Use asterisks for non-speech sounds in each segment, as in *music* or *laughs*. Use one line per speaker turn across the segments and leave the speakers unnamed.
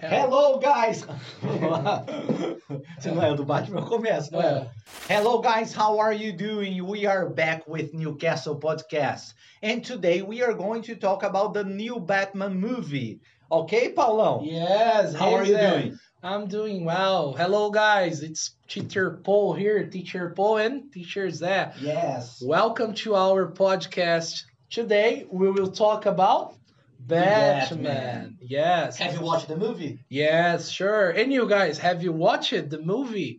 É.
Hello, guys! *laughs* Se não é do Batman, eu começo, não é? Hello, guys, how are you doing? We are back with Newcastle Podcast. And today we are going to talk about the new Batman movie. Okay, Paulão?
Yes.
How are
hey
you
there.
doing?
I'm doing well. Hello, guys. It's Teacher Paul here, Teacher Paul and Teacher Zé.
Yes.
Welcome to our podcast. Today we will talk about Batman.
Batman.
Yes.
Have you watched the movie?
Yes, sure. And you guys, have you watched the movie?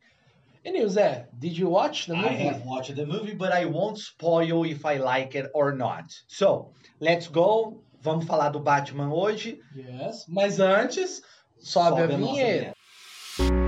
And you, Zé, did you watch the movie?
I have watched the movie, but I won't spoil if I like it or not. So, let's go. Vamos falar do Batman hoje.
Yes. Mas antes, sobe, a
nossa
vinheta.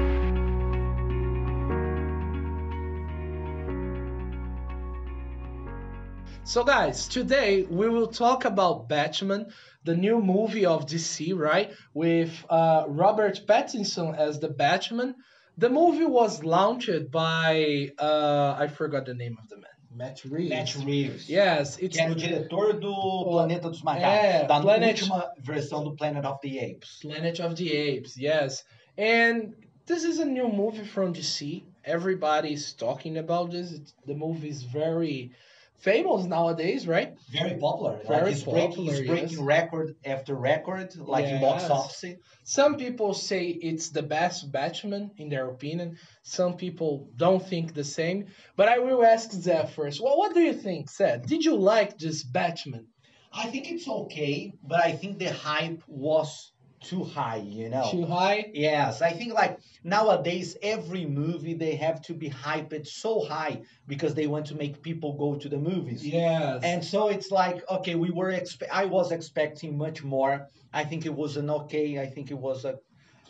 So, guys, today we will talk about Batman, the new movie of DC, right? With uh, Robert Pattinson as the Batman. The movie was launched by uh, I forgot the name of the man. Matt Reeves.
Matt Reeves.
Yes, it's
Que era o diretor do Planeta dos Macacos,
É,
da
Planet-
última versão do Planet of the Apes.
Planet of the Apes. Yes, and this is a new movie from DC. Everybody is talking about this. It's, the movie is very famous nowadays, right?
Very popular.
Very
like he's breaking,
popular,
he's
yes.
breaking record after record, like in
Yes.
box office.
Some people say it's the best Batman, in their opinion. Some people don't think the same. But I will ask Zé first. Well, what do you think, Zé? Did you like this Batman?
I think it's okay, but I think the hype was too high, you know.
Too high?
Yes, I think like nowadays every movie they have to be hyped so high because they want to make people go to the movies.
Yes.
And so it's like, okay, we were expe- I was expecting much more. I think it was an okay. I think it was a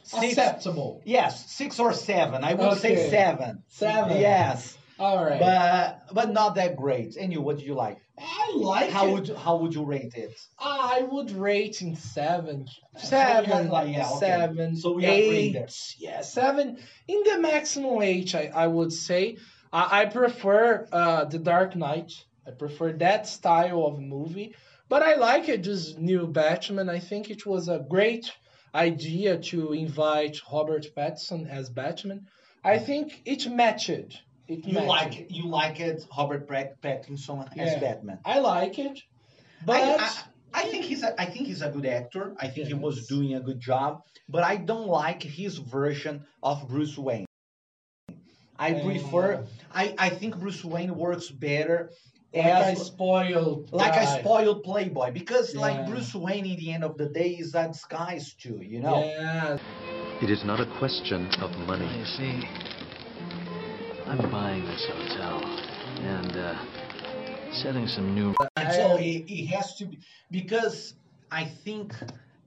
six.
acceptable.
Yes, six or seven. I would
Okay.
say seven.
Seven.
Yes,
All right.
but but not that great. And you, what do you like?
I like
How
it.
would how would you rate it?
I would rate in seven.
So we have
Seven.
like- yeah, okay.
Seven.
So we have three
eight.
there.
Yeah, seven. In the maximum eight, I, I would say. I, I prefer uh, The Dark Knight. I prefer that style of movie. But I like it, this new Batman. I think it was a great idea to invite Robert Pattinson as Batman. I think it matched. It
You
matched.
like you like it, Robert Pat- Pattinson
Yeah.
as Batman.
I like it. But
I, I, I think he's a, I think he's a good actor. I think he was
Yes.
doing a good job, but I don't like his version of Bruce Wayne. I
Uh,
prefer. I, I think Bruce Wayne works better
like I
as
spoiled.
like a
guy.
spoiled playboy because
Yeah.
like Bruce Wayne, in the end of the day, is a disguise too. You know.
Yeah.
It is not a question of money.
You see, I'm buying this hotel and uh, setting some new
And so it, it has to be because I think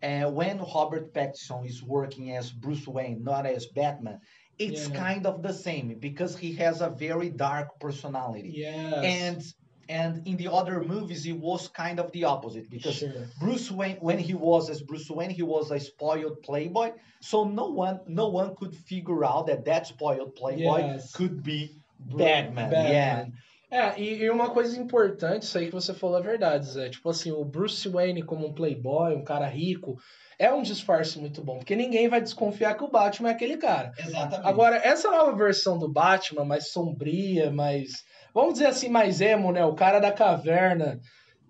uh, when Robert Pattinson is working as Bruce Wayne, not as Batman, it's
Yeah.
kind of the same because he has a very dark personality.
Yes.
And and in the other movies, it was kind of the opposite because
sure.
Bruce Wayne, when he was as Bruce Wayne, he was a spoiled playboy. So no one, no one could figure out that that spoiled playboy
Yes.
could be Batman. Yeah.
Batman. É, e, e uma coisa importante, isso aí que você falou é verdade, Zé. Tipo assim, o Bruce Wayne como um playboy, um cara rico, é um disfarce muito bom, porque ninguém vai desconfiar que o Batman é aquele cara.
Exatamente.
Agora, essa nova versão do Batman, mais sombria, mais. Vamos dizer assim, mais emo, né? O cara da caverna.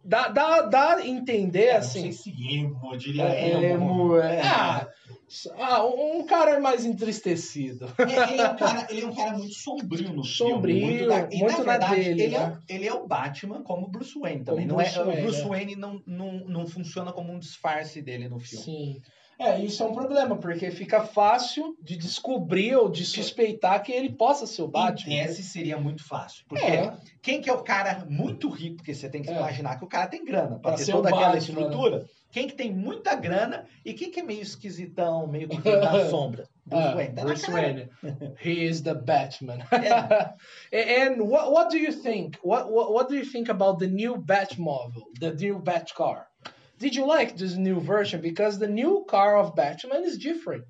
Dá, dá, dá a entender,
É,
assim.
Não sei se emo, eu diria emo. né?
Emo, é. Ah, ah, um um cara mais entristecido.
É, ele, é um cara, ele é um cara muito sombrio no
Sombrio,
filme. da- e,
muito na
na verdade,
dele,
ele, é,
né?
o- ele é o Batman como Bruce Wayne também.
Como
não
Bruce
é,
Wayne,
o Bruce
é.
Wayne não, não, não funciona como um disfarce dele no filme.
Sim. É, isso é um problema, porque fica fácil de descobrir ou de suspeitar que ele possa ser o
Em
Batman.
tese seria muito fácil. Porque
É,
quem que é o cara muito rico? Porque você tem que
É.
imaginar que o cara tem
Pra
grana para ter
ser o
toda aquela
Batman, né?
estrutura. Quem que tem muita grana e quem que é meio esquisitão, meio que vive
*laughs*
na sombra? Bruce
ah,
Wayne. Tá na
Bruce
cara.
Wayne. He is the Batman.
*laughs*
*laughs*
É.
and what, what do you think? What, what, what do you think about the new Batmobile, the new Bat car? Did you like this new version? Because the new car of Batman is different.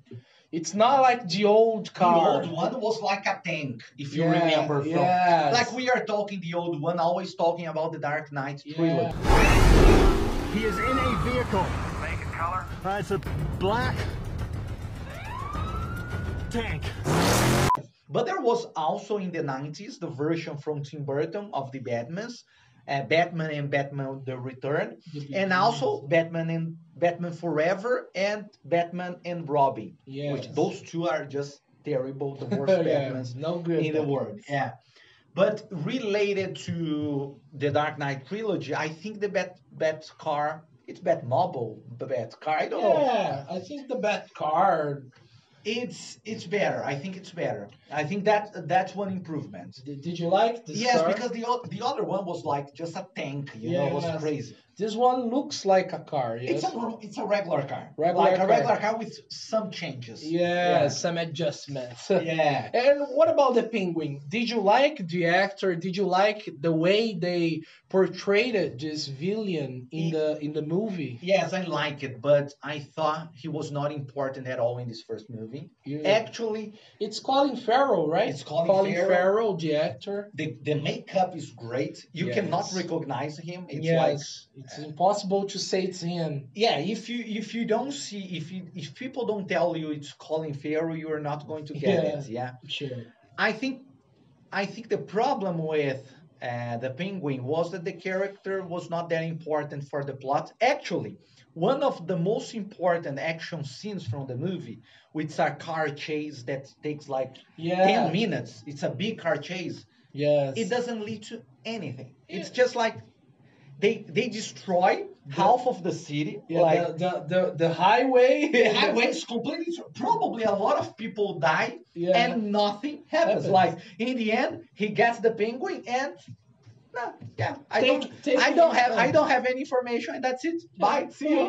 It's not like the old car.
The old one was like a tank, if you
Yeah,
remember from.
yes.
Like we are talking the old one, always talking about the Dark Knight trilogy.
Yeah.
He is in a vehicle. Make it color? Uh, it's a black tank.
But there was also in the 90s the version from Tim Burton of the Batmans, uh, Batman and Batman The Return, and also Batman and Batman Forever and Batman and Robin,
yeah,
which those two are just terrible, the worst
*laughs* yeah,
Batmans
no good.
in the world. Yeah. But related to the Dark Knight trilogy, I think the Bat Bat car, it's Batmobile, the Bat car. I don't know.
Yeah, I think the bat car.
It's it's better. I think it's better. I think that that's one improvement.
Did, did you like this
Yes,
car?
because the o- the other one was like just a tank, you know,
Yes.
it was crazy.
this one looks like a car. Yes.
It's a r- it's a regular car,
Regular
like
car.
a regular car with some changes.
yeah,
Yeah.
some adjustments.
yeah.
*laughs* And what about the penguin? Did you like the actor? Did you like the way they portrayed this villain in the in the movie?
Yes, I like it, but I thought he was not important at all in this first movie.
You-
Actually,
It's Colin Farrell, right?
It's Colin
Farrell.
Farrell.
the actor.
the, the makeup is great. You cannot
Yes.
recognize him. It's like
yes, it's impossible to say it's him.
yeah, if you if you don't see if you if people don't tell you it's Colin Farrell, you are not going to get
Yeah.
it. Yeah.
Sure.
I think I think the problem with uh, the penguin was that the character was not that important for the plot. Actually, one of the most important action scenes from the movie, which a car chase that takes like
Yeah.
ten minutes. It's a big car chase.
Yes.
It doesn't lead to anything. It's just like they they destroy half of the city.
Yeah,
like
*laughs* the, the, the the highway.
the *laughs* highway is completely probably a lot of people die
*laughs* Yeah.
and nothing happens.
Happens.
Like in the end, he gets the penguin and no, yeah, I
Take-
don't,
take
I
it
don't
easy,
have, I
man.
don't have any information. And that's it. Bye. See
*laughs*
you.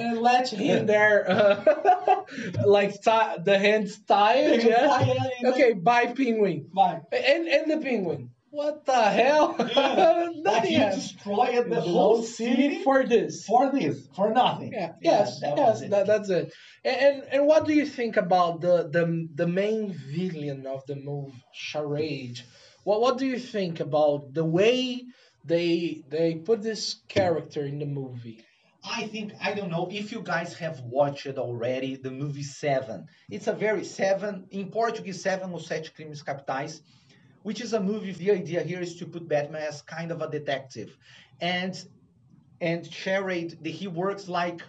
and let him there, uh, *laughs* like ti the hands tied. Yeah. Okay, bye, penguin.
Bye.
And and the penguin. What the hell?
Yeah. Like
*laughs* Nothing
he
happened.
destroyed the whole city for,
for this.
this, for nothing.
Yeah. Yes.
that was
yes.
it.
That, that's it. And, and and what do you think about the the the main villain of the movie, Charade? What what do you think about the way they they put this character in the movie?
I think I don't know if you guys have watched already the movie Seven. It's a very Seven in Portuguese Seven ou Sete Crimes Capitais, which is a movie. The idea here is to put Batman as kind of a detective, and and Charade the- he works like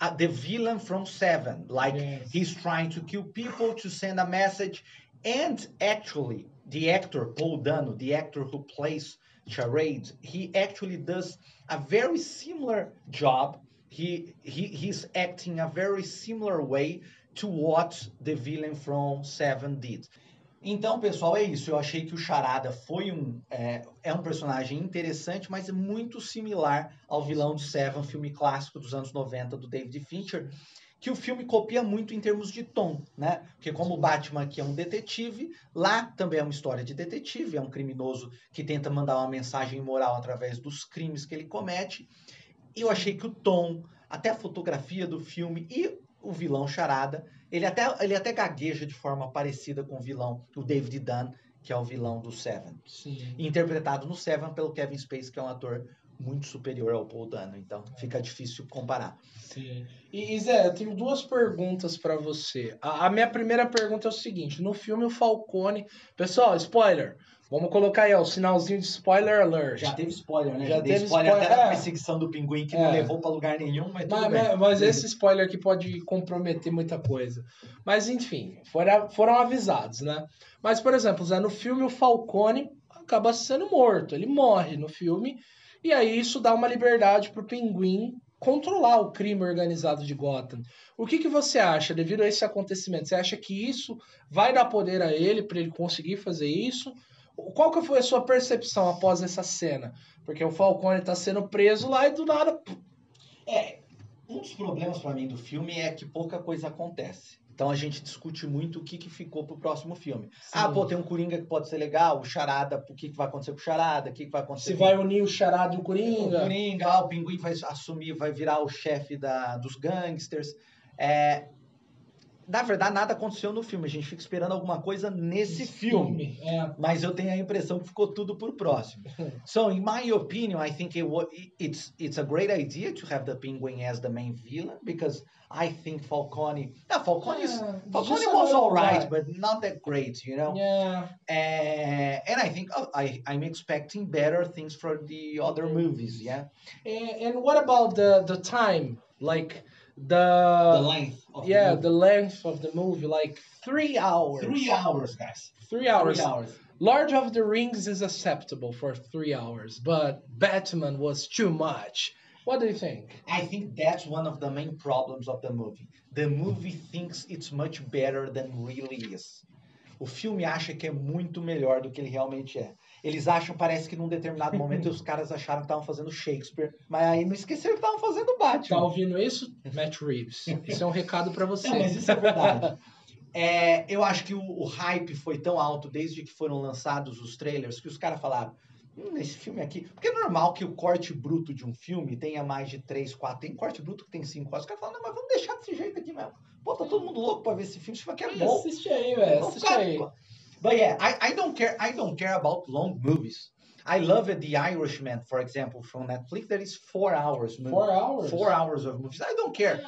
uh, the villain from Seven. Like
Yes.
he's trying to kill people to send a message, and actually the actor Paul Dano, the actor who plays Charade, he actually does a very similar job. He, he he's acting a very similar way to what the villain from Seven did. Então, pessoal, é isso. Eu achei que o Charada foi um é, é um personagem interessante, mas é muito similar ao vilão de Seven, filme clássico dos anos 90 do David Fincher, que o filme copia muito em termos de tom, né? Porque como o Batman aqui é um detetive, lá também é uma história de detetive, é um criminoso que tenta mandar uma mensagem moral através dos crimes que ele comete. E eu achei que o tom, até a fotografia do filme e o vilão Charada, ele até, ele até gagueja de forma parecida com o vilão, o David Dunn, que é o vilão do Seven.
Sim.
Interpretado no Seven pelo Kevin Spacey, que é um ator muito superior ao Paul Dano. Então fica difícil comparar.
Sim. E, e Zé, eu tenho duas perguntas pra você. A, a minha primeira pergunta é o seguinte: no filme o Falcone, pessoal, spoiler. Vamos colocar aí ó, o sinalzinho de spoiler alert.
Já teve spoiler, né?
Já
Já, dei
teve
spoiler,
spoiler,
até da
é.
perseguição do pinguim que
É.
não levou pra lugar nenhum, mas É tudo
Mas,
bem.
mas- mas esse spoiler aqui pode comprometer muita coisa. Mas enfim, fora- foram avisados, né? Mas, por exemplo, Zé, no filme o Falcone acaba sendo morto. Ele morre no filme. E aí isso dá uma liberdade pro pinguim controlar o crime organizado de Gotham. O que, que você acha devido a esse acontecimento? Você acha que isso vai dar poder a ele para ele conseguir fazer isso? Qual que foi a sua percepção após essa cena? Porque o Falcone tá sendo preso lá e do nada
É, um dos problemas pra mim do filme é que pouca coisa acontece. Então a gente discute muito o que, que ficou pro próximo filme. Ah,
Sim.
pô, tem um Coringa que pode ser legal, o Charada, o que, que vai acontecer com o Charada, o que, que vai acontecer
Se
com
vai unir o Charada e o
o
Coringa.
Coringa, ah, o Pinguim vai assumir, vai virar o chefe da, dos gangsters. É, na verdade, nada aconteceu no filme. A gente fica esperando alguma coisa nesse filme.
É.
Mas eu tenho a impressão que ficou tudo por
*laughs*
próximo. so, in my opinion, I think it wa- it's it's a great idea to have the Penguin as the main villain because I think Falcone. Yeah, Falcone is
Yeah,
Falcone
just a
was
little
all right,
guy.
but not that great, you know.
Yeah.
Eh, and I think oh, I I'm expecting better things from the other movies. Yeah,
And, é, and what about the the time? Like the,
the length. Of
Uh,
the
yeah,
movie.
the length of the movie, like three hours.
three hours, guys.
Three hours.
Three hours.
Lord of the Rings is acceptable for three hours, but Batman was too much. What do you think?
I think that's one of the main problems of the movie. The movie thinks it's much better than really is. O filme acha que é muito melhor do que ele realmente é. Eles acham, parece que num determinado momento os caras acharam que estavam fazendo Shakespeare, mas aí não esqueceram que estavam fazendo
Tá
Batman.
ouvindo isso? Matt Reeves. Isso é um recado pra você.
Não, mas isso é verdade. É, eu acho que o, o hype foi tão alto desde que foram lançados os trailers que os caras falaram. Hum, esse filme aqui. Porque é normal que o corte bruto de um filme tenha mais de 3, 4. Tem corte bruto que tem 5 horas. Os caras falam, não, mas vamos deixar desse jeito aqui mesmo. Pô, tá todo mundo louco pra ver esse filme. Esse filme aqui é bom.
Assiste aí,
Não, cara, pô. But yeah, I, I don't care. I don't care about long movies. I love it, The Irishman, for example, from Netflix. That is four hours. movie.
Four hours?
Four hours of movies. I don't care.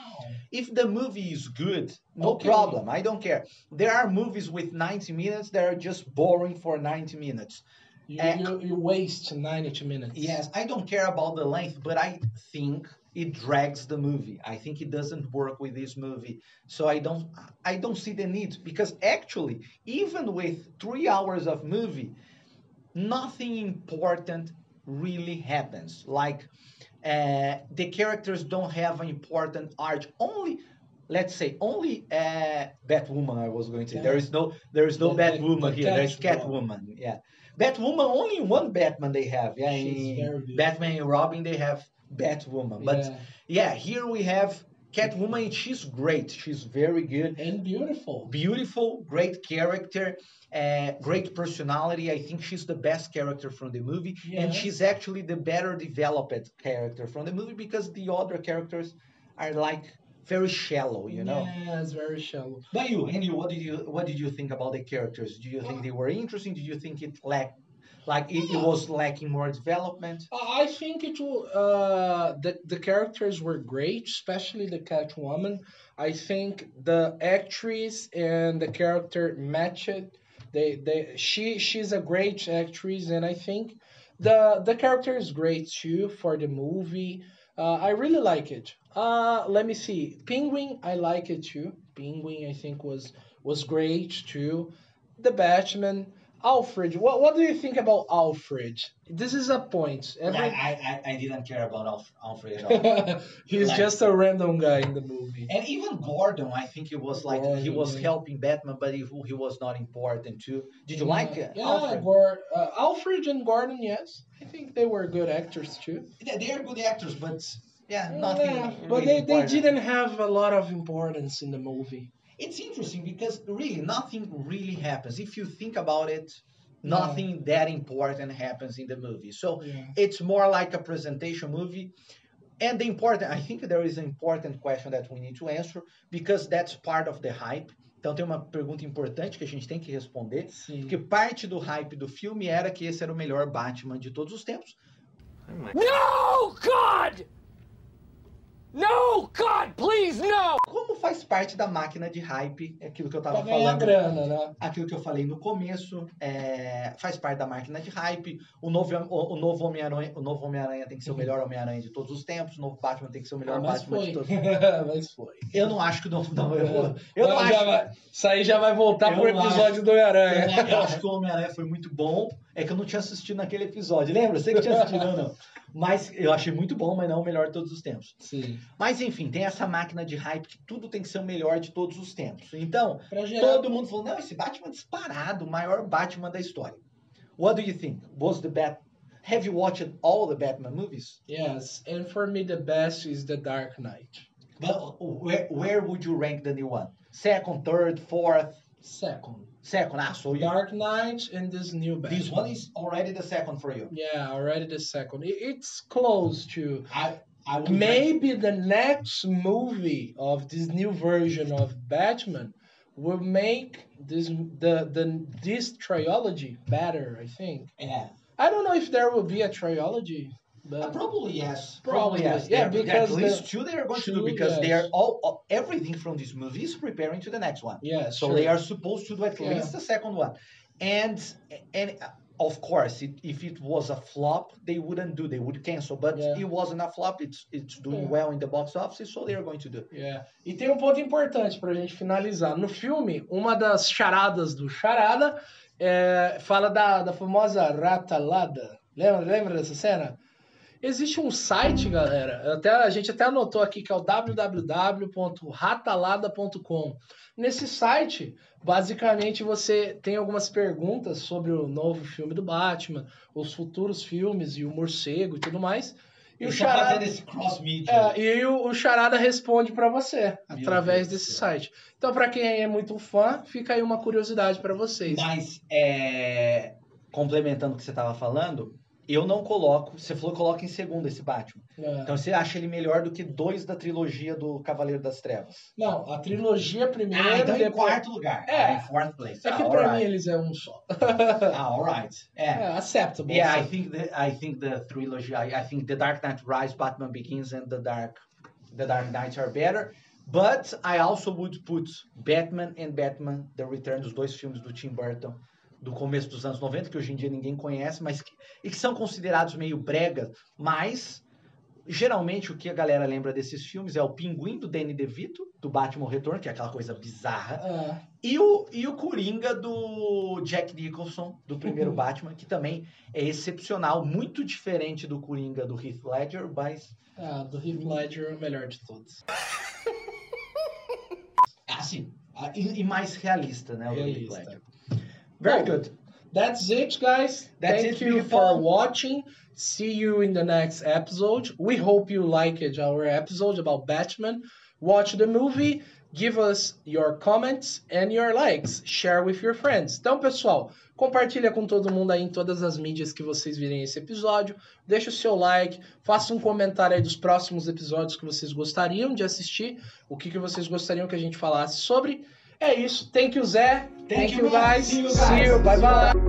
If the movie is good, no
Okay.
problem. I don't care. There are movies with 90 minutes that are just boring for 90 minutes.
You,
Eh.
you, you waste 90 minutes.
Yes, I don't care about the length, but I think it drags the movie. I think it doesn't work with this movie. So I don't I don't see the need because actually, even with 3 hours of movie, nothing important really happens. Like uh, the characters don't have an important arc. Only, let's say, only uh, Batwoman. I was going to. say. There is no, there is no
The- the-
Batwoman
the
here. There's
Catwoman.
Catwoman. Yeah, Batwoman. Only one Batman they have. Yeah,
She's
in
very good.
Batman and Robin they have Batwoman. But
Yeah.
yeah, here we have Catwoman. and She's great. She's very good
And beautiful.
beautiful, great character, uh, great personality. I think she's the best character from the movie, and
Yeah.
she's actually the better developed character from the movie because the other characters are like very shallow, you know.
Yes, very shallow.
But you, and you, what did you what did you think about the characters? Do you think they were interesting? Do you think it lacked, like it, it was lacking more development?
I I think it will. Uh, the the characters were great, especially the Catwoman. I think the actress and the character matched. They they she she's a great actress, and I think the the character is great too for the movie. Uh, I really like it. Uh, let me see. Penguin, I like it too. Penguin, I think was was great too. The Batman. Alfred, what, what do you think about Alfred? This is a point. Every- *laughs*
I, I, I didn't care about Alf- Alfred at *laughs*
He's
Like-
just a random guy in the movie.
And even Gordon, I think he was like he
Gordon,
was
yeah.
helping Batman, but he, he was not important too. Did you like
yeah,
it?
yeah,
Alfred?
Gor- uh, Alfred and Gordon, yes. I think they were good actors too.
They- They are good actors, but yeah, nothing.
Yeah,
really
but they, they
important.
didn't have a lot of importance in the movie.
It's interesting because really nothing really happens if you think about it. Nothing that important happens in the movie, so
Yeah.
it's more like a presentation movie. And the important, I think there is an important question that we need to answer because that's part of the hype. Então tem uma pergunta importante que a gente tem que responder.
Sim.
Porque parte do hype do filme era que esse era o melhor Batman de todos os tempos.
No, God! No, God, please, no!
Como faz parte da máquina de hype, é aquilo que eu
Pra
tava
ganhar
falando.
grana, né?
Aquilo que eu falei no começo, é, faz parte da máquina de hype. O novo, o, o novo Homem-Aranha o novo Homem-Aranha tem que ser o melhor Homem-Aranha de todos os tempos. O novo Batman tem que ser o melhor
Ah, mas
Batman
foi.
de todos
*laughs* mas foi.
Eu não acho que o novo. Não, eu, eu, não
Mas já
acho.
vai- isso aí já vai voltar
Eu
pro
não
episódio do Homem-Aranha.
Eu não acho que o Homem-Aranha foi muito bom. É que eu não tinha assistido naquele episódio. Lembra? Você que tinha assistido, não, não. Mas eu achei muito bom, mas não o melhor de todos os tempos.
Sim.
Mas enfim, tem essa máquina de hype que tudo tem que ser o melhor de todos os tempos. Então,
Pra gerar
todo mundo falou: não, esse Batman é disparado, o maior Batman da história. What do you think? Was the Bat. Have you watched all the Batman movies?
Yes, and for me the best is The Dark Knight.
But where, where would you rank the new one? Second, third, fourth,
Second.
second. Ah, so you,
Dark Knight and this new Batman.
this one is already the second for you.
Yeah, already the second. It- It's close to
I, I would
Maybe the next movie of this new version of Batman will make this the, the this trilogy better, I think.
yeah.
I don't know if there will be a trilogy, but
Probably yes.
Probably,
yes.
yeah,
There-
because
at least two they are going to do
two,
because they
yes.
are all, all- everything from this movie is preparing to the next one.
yeah,
So
sure.
they are supposed to do at
Yeah.
least the second one, and and uh, of course, it, if it was a flop, they wouldn't do. They would cancel. But
Yeah.
it wasn't a flop. It's it's doing
Yeah.
well in the box office, so they are going to do.
Yeah. E tem um ponto importante pra gente finalizar. No filme, uma das charadas do Charada é, fala da, da famosa ratalada. Lembra, lembra dessa cena? Existe um site, galera. Até, a gente até anotou aqui que é o www.ratalada.com. Nesse site, basicamente, você tem algumas perguntas sobre o novo filme do Batman, os futuros filmes e o morcego e tudo mais. E o
Eles estão
Charada.
fazendo esse cross media.
É, e o, o Charada responde pra você
Meu
através
Deus do
desse
céu.
site. Então, pra quem é muito fã, fica aí uma curiosidade pra vocês.
Mas é, complementando o que você estava falando, eu não coloco. Você falou que coloca em segundo esse Batman.
É.
Então você acha ele melhor do que dois da trilogia do Cavaleiro das Trevas?
Não, a trilogia primeiro.
Ah, então em
depois-
quarto lugar.
É.
Ah, Em fourth place.
É
Ah,
que pra mim
alright.
eles é um só.
Ah, alright. É.
É, acceptable.
Yeah, I think the I think the trilogy. I, I think the Dark Knight Rise, Batman Begins, and the Dark the Dark Knights are better. But I also would put Batman and Batman The Return, os dois filmes do Tim Burton do começo dos anos 90 que hoje em dia ninguém conhece, mas que, e que são considerados meio bregas, mas geralmente o que a galera lembra desses filmes é o Pinguim do Danny DeVito do Batman Retorno, que é aquela coisa bizarra,
É.
e o, e o Coringa do Jack Nicholson, do
Uhum.
primeiro Batman, que também é excepcional, muito diferente do Coringa do Heath Ledger, mas.
Ah, do Heath Ledger é o melhor de todos.
Assim. ah, E, e mais realista, né? O do Heath
Realista.
Ledger. Very
Bom,
good.
That's it, guys.
That's
Thank
it,
you
people.
for watching. See you in the next episode. We hope you liked our episode about Batman. Watch the movie, give us your comments and your likes. Share with your friends. Então, pessoal, compartilha com todo mundo aí em todas as mídias que vocês virem esse episódio. Deixa o seu like, faça um comentário aí dos próximos episódios que vocês gostariam de assistir, o que, que vocês gostariam que a gente falasse sobre. É isso. Thank you, Zé.
Thank
Thank,
you,
you,
man.
guys.
See you,
See
guys.
you. Bye, bye.